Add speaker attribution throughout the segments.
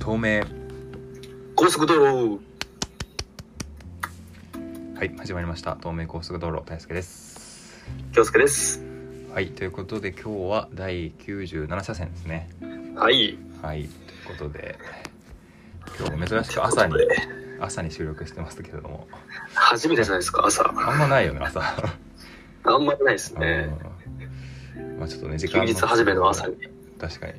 Speaker 1: 東名
Speaker 2: 高速道路
Speaker 1: はい始まりました東名高速道路大輔です
Speaker 2: 京介です
Speaker 1: はいということで今日は第97車線ですね
Speaker 2: はい
Speaker 1: はいということで今日珍しく朝に
Speaker 2: というこ
Speaker 1: 朝に収録してますけれども
Speaker 2: 初めてじゃないですか朝
Speaker 1: あんまないよね朝
Speaker 2: あんまりないですね
Speaker 1: うんまあちょっとね時
Speaker 2: 休
Speaker 1: 間
Speaker 2: 日初めの朝に
Speaker 1: 確かに、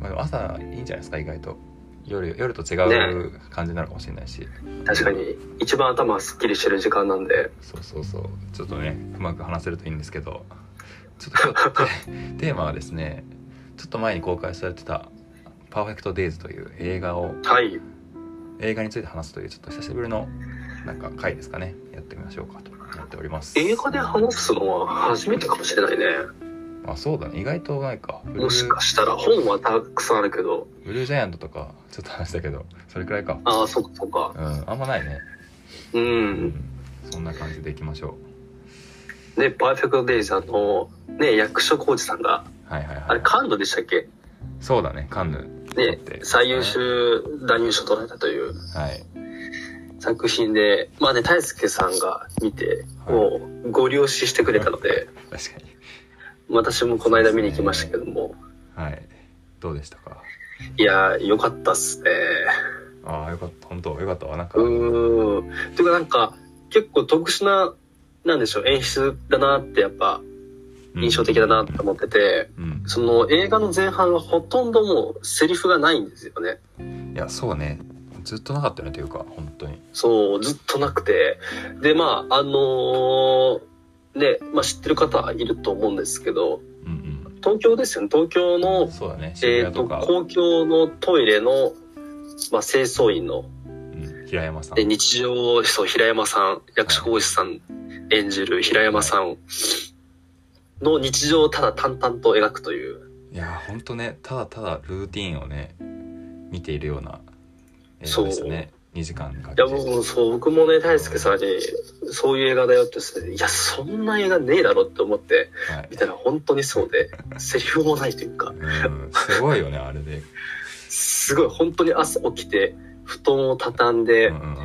Speaker 1: まあ、でも朝いいんじゃないですか意外と夜夜と違う感じなのかもしれないし、
Speaker 2: 確かに一番頭すっきりしてる時間なんで
Speaker 1: そうそうそうちょっとねうまく話せるといいんですけどちょっと今日 テーマはですねちょっと前に公開されてた「パーフェクト・デイズ」という映画を
Speaker 2: はい
Speaker 1: 映画について話すというちょっと久しぶりのなんか回ですかねやってみましょうかと思っております
Speaker 2: 映画で話すのは初めてかもしれないね
Speaker 1: あそうだね意外とないかブル
Speaker 2: もし
Speaker 1: ー
Speaker 2: かしたら本はたくさんあるけど
Speaker 1: ブルージャイアントとかちょっと話したけどそれくらいか
Speaker 2: ああそうかそうか
Speaker 1: うんあんまないね、
Speaker 2: う
Speaker 1: うんん、そんな感じでいきましょ
Speaker 2: ねパーフェクトデイさんのね役所広司さんが
Speaker 1: うはいはい
Speaker 2: あ
Speaker 1: は
Speaker 2: れ
Speaker 1: い
Speaker 2: カンヌでしたっけ
Speaker 1: そうだねカンヌ
Speaker 2: ね最優秀男優賞を取られたという
Speaker 1: はい
Speaker 2: 作品で、まあね、大輔さんが見て、
Speaker 1: はい
Speaker 2: もうご了承してくれたので、
Speaker 1: 確かに
Speaker 2: 私もこの間見に行きましたけども、
Speaker 1: はいどうでしたか
Speaker 2: いやー、良かったっすね。
Speaker 1: ああよかった本当よかったわなんか
Speaker 2: うーん。ていうかなんか、結構特殊な、なんでしょう、演出だなってやっぱ印象的だなって思ってて、
Speaker 1: うん、
Speaker 2: その映画の前半はほとんどもうセリフがないんですよね。
Speaker 1: うんいやそうねずっとなかったよねというか本当に
Speaker 2: そう、ずっとなくて。で、まあ、あのーね、まあ知ってる方いると思うんですけど、
Speaker 1: うん
Speaker 2: 東京ですよね、東京
Speaker 1: う
Speaker 2: の
Speaker 1: んそうだね渋
Speaker 2: えー、
Speaker 1: 谷
Speaker 2: と
Speaker 1: とか、
Speaker 2: 公共のトイレの、まあ、清掃員の
Speaker 1: うん、平山さん
Speaker 2: え日常そう平山さん役所広司さん演じる平山さんの日常をただ淡々と描くという
Speaker 1: いや本当ねただただルーティンをね見ているような映
Speaker 2: そ
Speaker 1: 画
Speaker 2: う
Speaker 1: でしたね2時間か
Speaker 2: い
Speaker 1: け
Speaker 2: や
Speaker 1: て
Speaker 2: 僕もそう僕もね大輔さんに「そういう映画だよ」って言っていやそんな映画ねえだろ」って思って
Speaker 1: はい
Speaker 2: 見たら本当にそうでセリフもないというか
Speaker 1: うん、すごいよねあれで、
Speaker 2: すごい本当に朝起きて布団を畳ん
Speaker 1: うん
Speaker 2: で
Speaker 1: うんうん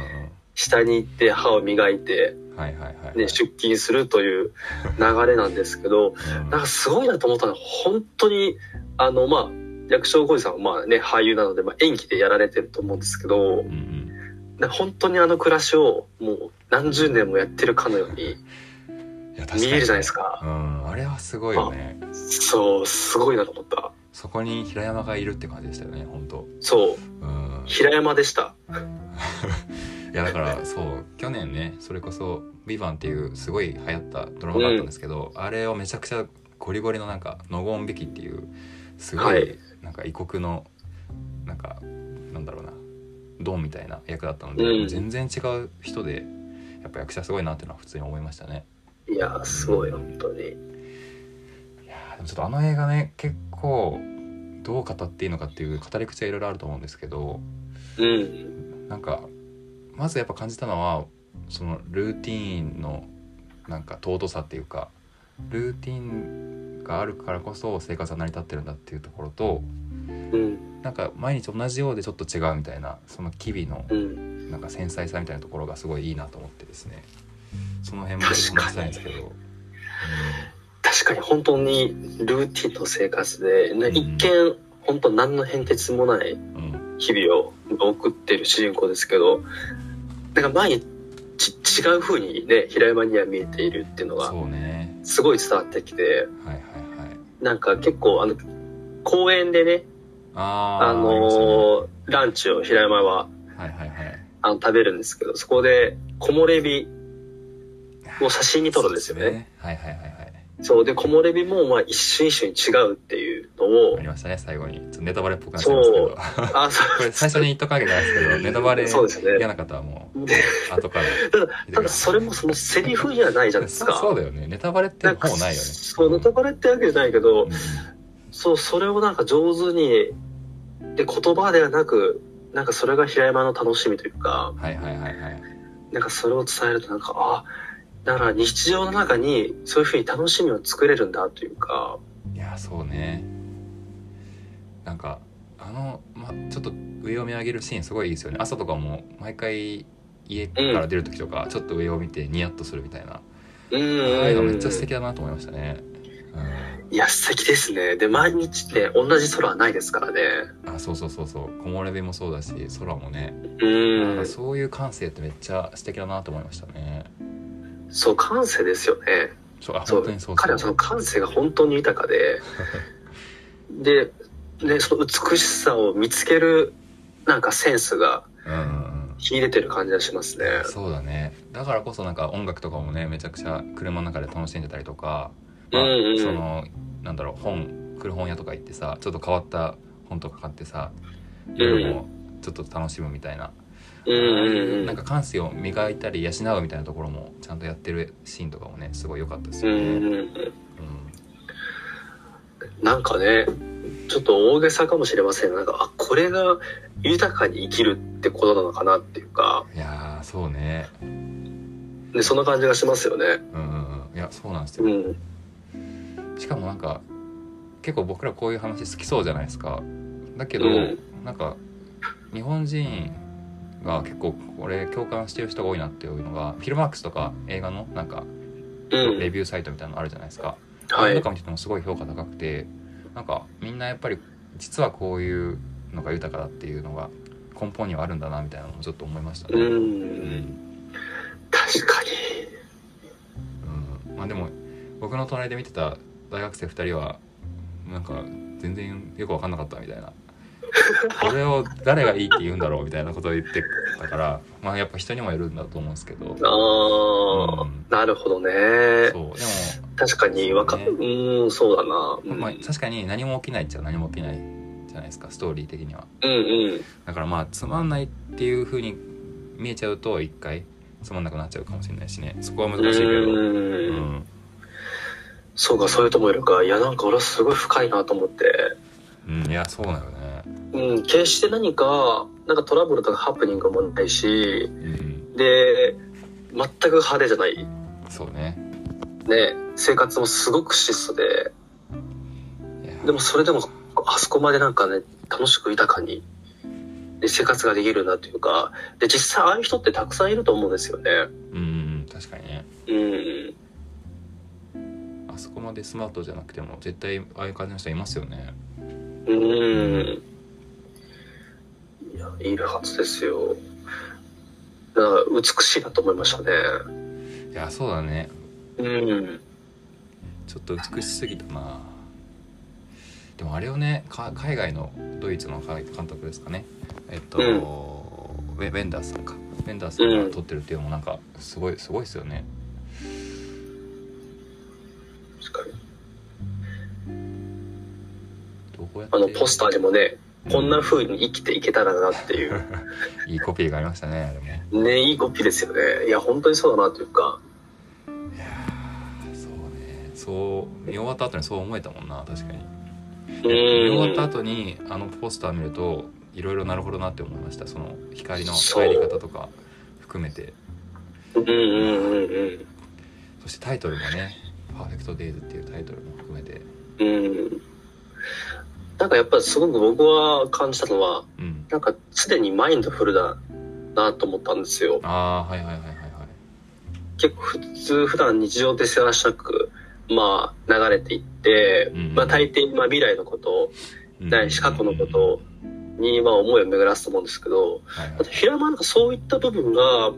Speaker 2: 下に行って歯を磨いて、
Speaker 1: うん、はいはいはい、はい
Speaker 2: ね、出勤するという流れなんですけど
Speaker 1: うん
Speaker 2: なんかすごいなと思ったのは、本当に、あの、まあ、役所広司さんはまあね、俳優なので、まあ、演技でやられてると思うんですけど
Speaker 1: う、ん
Speaker 2: なんか本当にあの暮らしをもう何十年もやってるかのように
Speaker 1: うん、いや確かに
Speaker 2: 見えるじゃないですか。
Speaker 1: うんあれはすごいよね
Speaker 2: そう、すごいなと思った。
Speaker 1: そこに平山がいるって感じでしたよね本当
Speaker 2: そ
Speaker 1: う
Speaker 2: う、
Speaker 1: ん
Speaker 2: 平山でした。
Speaker 1: いやだからそう去年ねそれこそ「v i v a n っていうすごい流行ったドラマがあったんですけど、あれをめちゃくちゃゴリゴリのなんか「ノゴン引き」っていうすご
Speaker 2: はいい
Speaker 1: なんか異国のなんかなんだろうなドンみたいな役だったので、
Speaker 2: うん
Speaker 1: 全然違う人でやっぱ役者すごいなっていうのは普通に思いましたね。
Speaker 2: いやー、すごい、本当に。
Speaker 1: いやーでもちょっとあの映画ね結構どう語っていいのかっていう語り口はいろいろあると思うんですけど
Speaker 2: うん。
Speaker 1: なんかまずやっぱ感じたのはそのルーティーンのなんか尊さっていうかルーティーンがあるからこそ生活は成り立ってるんだっていうところと
Speaker 2: うん。
Speaker 1: なんか毎日同じようでちょっと違うみたいなその機微の
Speaker 2: うん。
Speaker 1: なんか繊細さみたいなところがすごいいいなと思ってですねその辺もちょっと話したいんですけど、
Speaker 2: 確かに本当にルーティンの生活で、ね
Speaker 1: うん
Speaker 2: 一見、本当何の変哲もない
Speaker 1: うんうん
Speaker 2: 日々を送ってる主人公ですけどなんか毎日違う風にね平山には見えているっていうのが
Speaker 1: そうね
Speaker 2: すごい伝わってきて
Speaker 1: はいはいはい
Speaker 2: なんか結構あの公園でね
Speaker 1: あー
Speaker 2: あ
Speaker 1: ありましたね
Speaker 2: のーランチを平山は
Speaker 1: はいはいはい
Speaker 2: あの食べるんですけどそこで木漏れ日を写真に撮るんですよね
Speaker 1: そ
Speaker 2: そ
Speaker 1: うは
Speaker 2: う
Speaker 1: いはいはいはい
Speaker 2: で木漏れ日もまあ一瞬一瞬違うっていうのを
Speaker 1: あ りましたね最後にちょっとネタバレっぽくなっちゃいますけど
Speaker 2: あそ
Speaker 1: これ最初に言っとかなきゃいけないです けどネタバレ
Speaker 2: そうですね
Speaker 1: 嫌な方はも
Speaker 2: で
Speaker 1: う後から
Speaker 2: ただただそれもそのセリフじゃないじゃないですか
Speaker 1: そうそうだよねネタバレって
Speaker 2: なん
Speaker 1: ほ
Speaker 2: か
Speaker 1: ぼないよね
Speaker 2: そうネタバレってわけじゃないけど、
Speaker 1: うん
Speaker 2: そう、それをなんか上手に、で、言葉ではなく、なんかそれが平山の楽しみというか、
Speaker 1: はいはいはいはい
Speaker 2: なんかそれを伝えるとなんか、あ、だから日常の中にそういうふうに楽しみを作れるんだというか、
Speaker 1: いやそうねなんかあの、ま、ちょっと上を見上げるシーンすごいいいですよね朝とかも毎回家から出る時とか、ちょっと上を見てニヤッとするみたいな、
Speaker 2: う
Speaker 1: あ
Speaker 2: んうん
Speaker 1: あいう
Speaker 2: う
Speaker 1: の
Speaker 2: ん
Speaker 1: めっちゃ素敵だなと思いましたね、
Speaker 2: いや素敵ですねで毎日ね同じ空はないですからね
Speaker 1: うん、あそうそうそうそう木漏れ日もそうだし空もね、
Speaker 2: う
Speaker 1: なん
Speaker 2: ん
Speaker 1: かそういう感性ってめっちゃ素敵だなと思いましたね
Speaker 2: そう感性ですよね
Speaker 1: そうあ
Speaker 2: そ
Speaker 1: 本
Speaker 2: う
Speaker 1: 当にそうそう
Speaker 2: 彼はその感性が本当に豊 かでで、ね、その美しさを見つけるなんかセンスが
Speaker 1: うんうんうん
Speaker 2: 秀でてる感じがしますね
Speaker 1: そうだねだからこそなんか音楽とかもねめちゃくちゃ車の中で楽しんでたりとか、まあ
Speaker 2: うんうん
Speaker 1: そのなんだろう本古本屋とか行ってさちょっと変わった本とか買ってさ夜もちょっと楽しむみたいな、
Speaker 2: うんうんう
Speaker 1: なん
Speaker 2: ん
Speaker 1: か感性を磨いたり養うみたいなところもちゃんとやってるシーンとかもねすごい良かったです
Speaker 2: う
Speaker 1: よね。
Speaker 2: んうんうん
Speaker 1: うん
Speaker 2: なんかねちょっと大げさかもしれませんがなんかあこれが豊かに生きるってことなのかなっていうか
Speaker 1: いやーそうね、
Speaker 2: でそんな感じがしますよね
Speaker 1: うんうんうん、いやそうなんです
Speaker 2: う
Speaker 1: よ
Speaker 2: ん
Speaker 1: しかもなんか結構僕らこういう話好きそうじゃないですかだけど、
Speaker 2: うん
Speaker 1: なんか日本人が結構これ共感してる人が多いなっていうのがフィルマークスとか映画のなんか
Speaker 2: う
Speaker 1: レ
Speaker 2: ん
Speaker 1: ビューサイトみたいなのあるじゃないですか、あ
Speaker 2: は
Speaker 1: れ
Speaker 2: い
Speaker 1: とか見ててもすごい評価高くてなんかみんなやっぱり実はこういうのが豊かだっていうのが根本にはあるんだなみたいなのもちょっと思いましたね。
Speaker 2: う
Speaker 1: うんん
Speaker 2: 確か
Speaker 1: うんまあ、でも僕の隣で見てた大学生2人はなんか全然よく分かんなかったみた いなこれを誰がいいって言うんだろうみたいなことを言ってたからまあやっぱ人にもよるんだと思うんですけど
Speaker 2: にああ、
Speaker 1: うん
Speaker 2: なるほど
Speaker 1: そう
Speaker 2: ね
Speaker 1: でも、
Speaker 2: 確かにわか
Speaker 1: そう
Speaker 2: うーんそうだな、うん、
Speaker 1: まあ、確かに何も起きないっちゃ何も起きないじゃないですかストーリー的には。
Speaker 2: うんうん
Speaker 1: だからまあつまんないっていう風に見えちゃうと一回つまんなくなっちゃうかもしれないしねそこは難しいけど、うん
Speaker 2: うんそうかそういうともいるかいやなんか俺はすごい深いなと思って
Speaker 1: うんいやそうだよね、
Speaker 2: うん決して何かなんかトラブルとかハプニングもないし
Speaker 1: うん、
Speaker 2: で全く派手じゃないね
Speaker 1: そうね
Speaker 2: 生活もすごく質素で
Speaker 1: いや
Speaker 2: でもそれでもあそこまでなんかね楽しく豊かにで生活ができるなというかで実際ああいう人ってたくさんいると思うんですよね
Speaker 1: うん確かにね
Speaker 2: うん
Speaker 1: あそこまでスマートじゃなくても絶対ああいう感じの人いますよね
Speaker 2: うんいやいるはずですよだから美しいなと思いましたね
Speaker 1: いやそうだね
Speaker 2: うん
Speaker 1: ちょっと美しすぎたなでもあれをねか海外のドイツの監督ですかねえっと、
Speaker 2: うん
Speaker 1: ウェウェンダースさんかウェンダースさんが撮ってるっていうのもなんかすごいすごいですよね
Speaker 2: 確かに
Speaker 1: どうやって
Speaker 2: あのポスターにもねこんな風に生きていけたらなっていう
Speaker 1: いいコピーがありましたねあれも
Speaker 2: ねいいコピーですよねいや本当にそうだなというか
Speaker 1: いやーそうねそう見終わった後にそう思えたもんな確かに
Speaker 2: う
Speaker 1: 見
Speaker 2: ん
Speaker 1: 終わった後にあのポスター見るといろいろなるほどなって思いましたその光の入り方とか含めて
Speaker 2: うんうんうんうん
Speaker 1: そしてタイトルもね「パーフェクト・デイズ」っていうタイトルも含めて
Speaker 2: うんなんかやっぱりすごく僕は感じたのは
Speaker 1: うん
Speaker 2: なんか常にマインドフルだなと思ったんですよ
Speaker 1: ああはいはいはいはいはい
Speaker 2: 結構普通普段日常で世話しなくまあ流れていって、
Speaker 1: うん
Speaker 2: まあ大抵まあ未来のこと
Speaker 1: うん
Speaker 2: ないし過去のことにまあ思いを巡らすと思うんですけど
Speaker 1: はいはい
Speaker 2: 平間なんかそういった部分が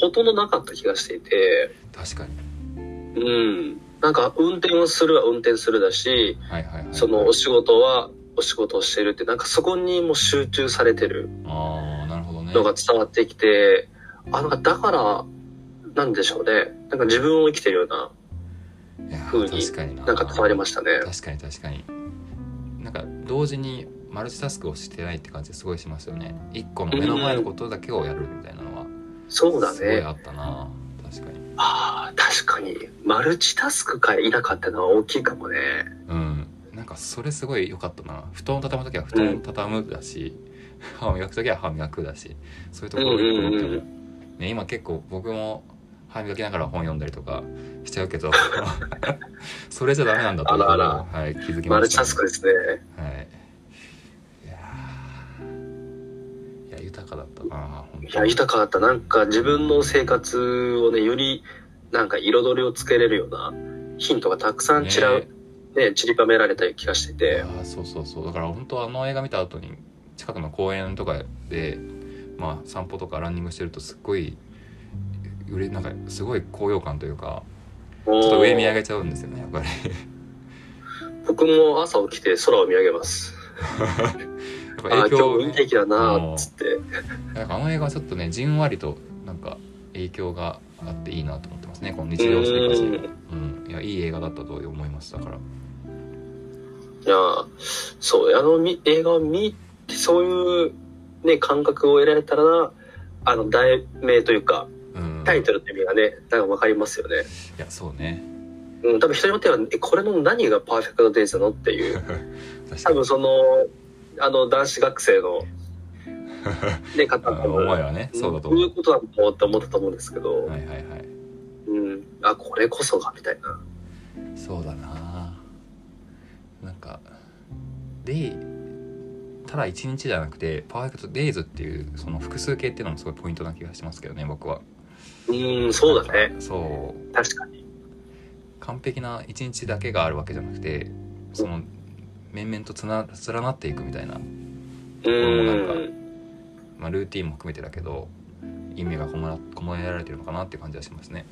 Speaker 2: ほとんどなかった気がしていて
Speaker 1: 確かに
Speaker 2: うんなんか運転をするは運転するだし
Speaker 1: はいはいはい
Speaker 2: そのお仕事はお仕事をしてるってなんかそこにもう集中されてる
Speaker 1: ああなるほどね
Speaker 2: のが伝わってきてあなんかだからなんでしょうねなんか自分を生きてるようない
Speaker 1: やー
Speaker 2: 風に
Speaker 1: 確かにな
Speaker 2: なんか伝わりましたね
Speaker 1: 確かに確かになんか同時にマルチタスクをしてないって感じすごいしますよね一個の目の前のことだけをやるみたいなのは
Speaker 2: そうだ
Speaker 1: すごい
Speaker 2: ね
Speaker 1: あったな確かに
Speaker 2: ああ確かにマルチタスクかいなかったのは大きいかもね
Speaker 1: うんなんかそれすごい良かったな布団を畳む時は布団を畳むだし、 歯を磨く時は歯磨くだしそういうところを一個持っても、
Speaker 2: うんうんう
Speaker 1: ね、今結構僕も歯磨きながら本読んだりとかしちゃうけど それじゃダメなんだと
Speaker 2: あらあら
Speaker 1: はい、気づきました、
Speaker 2: マルチタスクですね
Speaker 1: はい。いや豊かだったな本当
Speaker 2: いや、豊かだった。なんか自分の生活をね、より、なんか彩りをつけれるようなヒントがたくさん散ら、ね
Speaker 1: ね
Speaker 2: 散りばめられた気がしてて。
Speaker 1: ああそうそうそうだから本当あの映画見た後に近くの公園とかでまあ散歩とかランニングしてるとすっごいうれなんかすごい高揚感というか
Speaker 2: ちょ
Speaker 1: ちょっと上見上げちゃうんですよねやっぱり
Speaker 2: 僕も朝起きて空を見上げます。
Speaker 1: やっぱ
Speaker 2: ああ、
Speaker 1: 影
Speaker 2: 今日
Speaker 1: 響を
Speaker 2: も
Speaker 1: ね、
Speaker 2: いい天気だなーっつって。
Speaker 1: なんかあの映画はちょっとねじんわりとなんか影響があっていいなと思ってますねこの日常生活
Speaker 2: う
Speaker 1: に
Speaker 2: ん
Speaker 1: うんいやいい映画だったと思いますだから
Speaker 2: いやーそうあのみ映画を見てそういう、ね、感覚を得られたらあの題名というか
Speaker 1: うん
Speaker 2: タイトルって意味がねなんか分かりますよね、
Speaker 1: いやそうね
Speaker 2: うん、多分人によってはえこれの何がパーフェクトデイズなのっ ていう
Speaker 1: 確か
Speaker 2: 多
Speaker 1: に
Speaker 2: 分そのあの男子学 生の、ね、方
Speaker 1: あ
Speaker 2: も
Speaker 1: の思いはねそうだと
Speaker 2: どうい
Speaker 1: 思
Speaker 2: うことだと思ったと思うんですけど、
Speaker 1: うはいはいはい
Speaker 2: うん、あこれこそがみたいな
Speaker 1: そうだななんかデイただ一日じゃなくてパーフェクトデイズっていうその複数形っていうのもすごいポイントな気がしますけどね僕は
Speaker 2: うんそう
Speaker 1: な
Speaker 2: だね
Speaker 1: んかそう
Speaker 2: 確かに
Speaker 1: 完璧な一日だけがあるわけじゃなくてその面々とつな連なっていくみたいな、
Speaker 2: う
Speaker 1: なんか
Speaker 2: ん
Speaker 1: まあ、ルーティンも含めてだけど意味がこもらこもられてるのかなっていう感じはしますね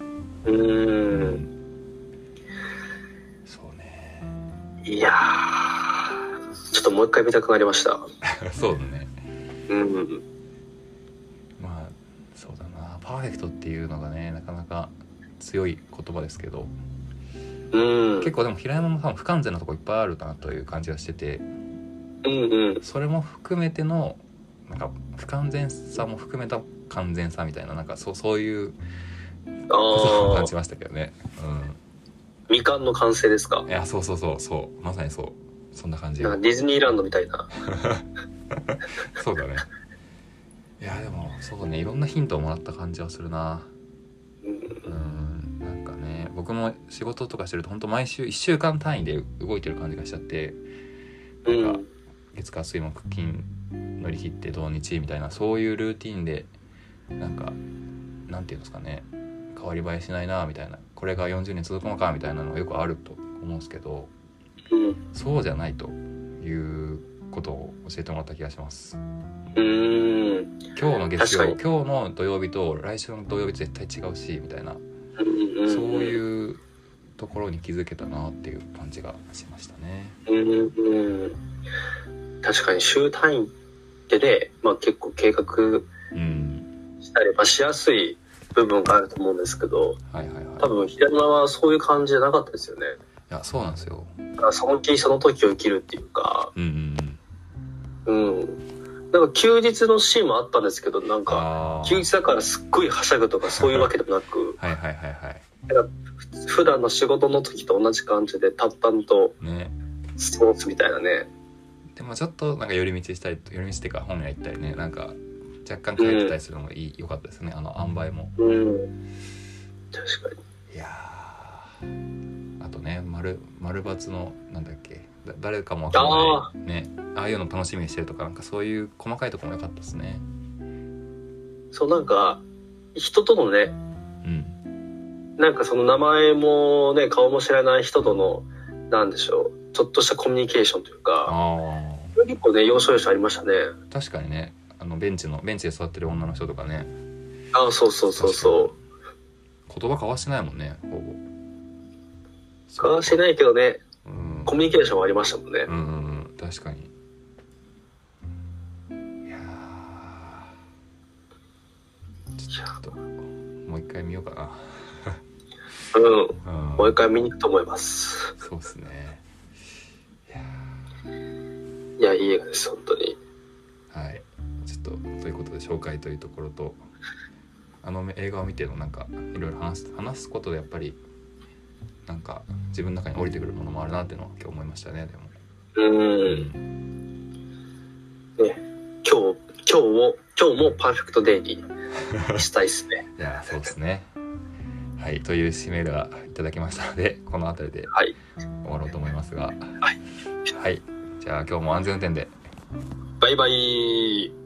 Speaker 2: うん
Speaker 1: そうね
Speaker 2: いやー、ちょっともう一回見たくなりました。
Speaker 1: そうだね
Speaker 2: うん。
Speaker 1: まあそうだなパーフェクトっていうのがねなかなか強い言葉ですけど
Speaker 2: うん。
Speaker 1: 結構でも平山も多分不完全なとこいっぱいあるなという感じがしてて
Speaker 2: うんうん。
Speaker 1: それも含めてのなんか不完全さも含めた完全さみたいななんかそうそういうことを
Speaker 2: あ
Speaker 1: 感
Speaker 2: あ
Speaker 1: じ。ましたけどね、
Speaker 2: みかんの完成ですか
Speaker 1: うん、いやそうそうそうそうまさにそうそんな感じ
Speaker 2: なんかディズニーランドみたいな。
Speaker 1: そうだねいやでもそうねいろんなヒントをもらった感じはするな
Speaker 2: う
Speaker 1: うん
Speaker 2: ん
Speaker 1: なんかね僕も仕事とかしてると本当毎週1週間単位で動いてる感じがしちゃって
Speaker 2: うん。
Speaker 1: 月火水木金乗り切って土日みたいなそういうルーティンでなんかなんていうんですかね変わり映えしないなみたいなこれが40年続くのかみたいなのがよくあると思うんですけど
Speaker 2: うん。
Speaker 1: そうじゃないということを教えてもらった気がします。
Speaker 2: うん。
Speaker 1: 今日の月曜
Speaker 2: 確
Speaker 1: 今日の土曜日と来週の土曜日絶対違うしみたいな
Speaker 2: うん。
Speaker 1: そう
Speaker 2: う。
Speaker 1: いうところに気づけたなっていう感じがしましたね。
Speaker 2: うんうん。確かに週単位でね、まあ結構計画
Speaker 1: うん、
Speaker 2: したり、まあしやすい部分があると思うんですけど、
Speaker 1: はいはいはい。
Speaker 2: 多
Speaker 1: い
Speaker 2: 分平山はそういう感じじゃなかったですよね。
Speaker 1: やそうなんですよ。
Speaker 2: だからその時その時を生きるっていうか、
Speaker 1: うんうんうん。
Speaker 2: うん。なんか休日のシーンもあったんですけど、なんか、
Speaker 1: ああ、
Speaker 2: 休。日だからすっごいはしゃぐとかそういうわけでもなく
Speaker 1: はいはいはいは
Speaker 2: 普段の仕事の時と同じ感じで淡々と
Speaker 1: い。ね。
Speaker 2: 過ごすみたいなね。
Speaker 1: でもちょっとなんか寄り道したりと寄り道っていうか本屋行ったりねなんか若干帰ってたりするのもいい、良かったですねあの塩梅も。
Speaker 2: うん。確かに。
Speaker 1: いやーあとね丸丸×のなんだっけだ誰かもわかんないねああいうの楽しみにしてるとかなんかそういう細かいとこも良かったですね。
Speaker 2: そうなんか、人とのね、
Speaker 1: うん。
Speaker 2: なんかその名前もね、顔も知らない人との、なんでしょう、ちょっとしたコミュニケーションというか、
Speaker 1: ああ。
Speaker 2: 結構ね、要所要所ありましたね。
Speaker 1: 確かにねあのベンチのベンチで座ってる女の人とかね
Speaker 2: あそうそうそうそう。
Speaker 1: 言葉交わしてないもんねほぼ
Speaker 2: 交わしてないけどね、
Speaker 1: うん
Speaker 2: コミュニケーションはありましたもんね
Speaker 1: う。んうんうん確かにいやーちょっともう一回見ようか
Speaker 2: うん。
Speaker 1: なうん
Speaker 2: もう一回見に行くと思います。
Speaker 1: そうっすねいや
Speaker 2: いや、いい映画です、本当に。
Speaker 1: ーはいちょっとということで紹介というところとあの映画を見てのなんかいろいろ話す話すことでやっぱりなんか自分の中に降りてくるものもあるなっていうのは今日思いましたねでも
Speaker 2: うん。今日、今日も、今日もパーフェクトデイにしたいですね。
Speaker 1: いやそうですね。はいという締めがいただきましたのでこの辺りで
Speaker 2: はい。
Speaker 1: 終わろうと思いますがはいい、じゃあ今日も安全運転で
Speaker 2: バイバイ。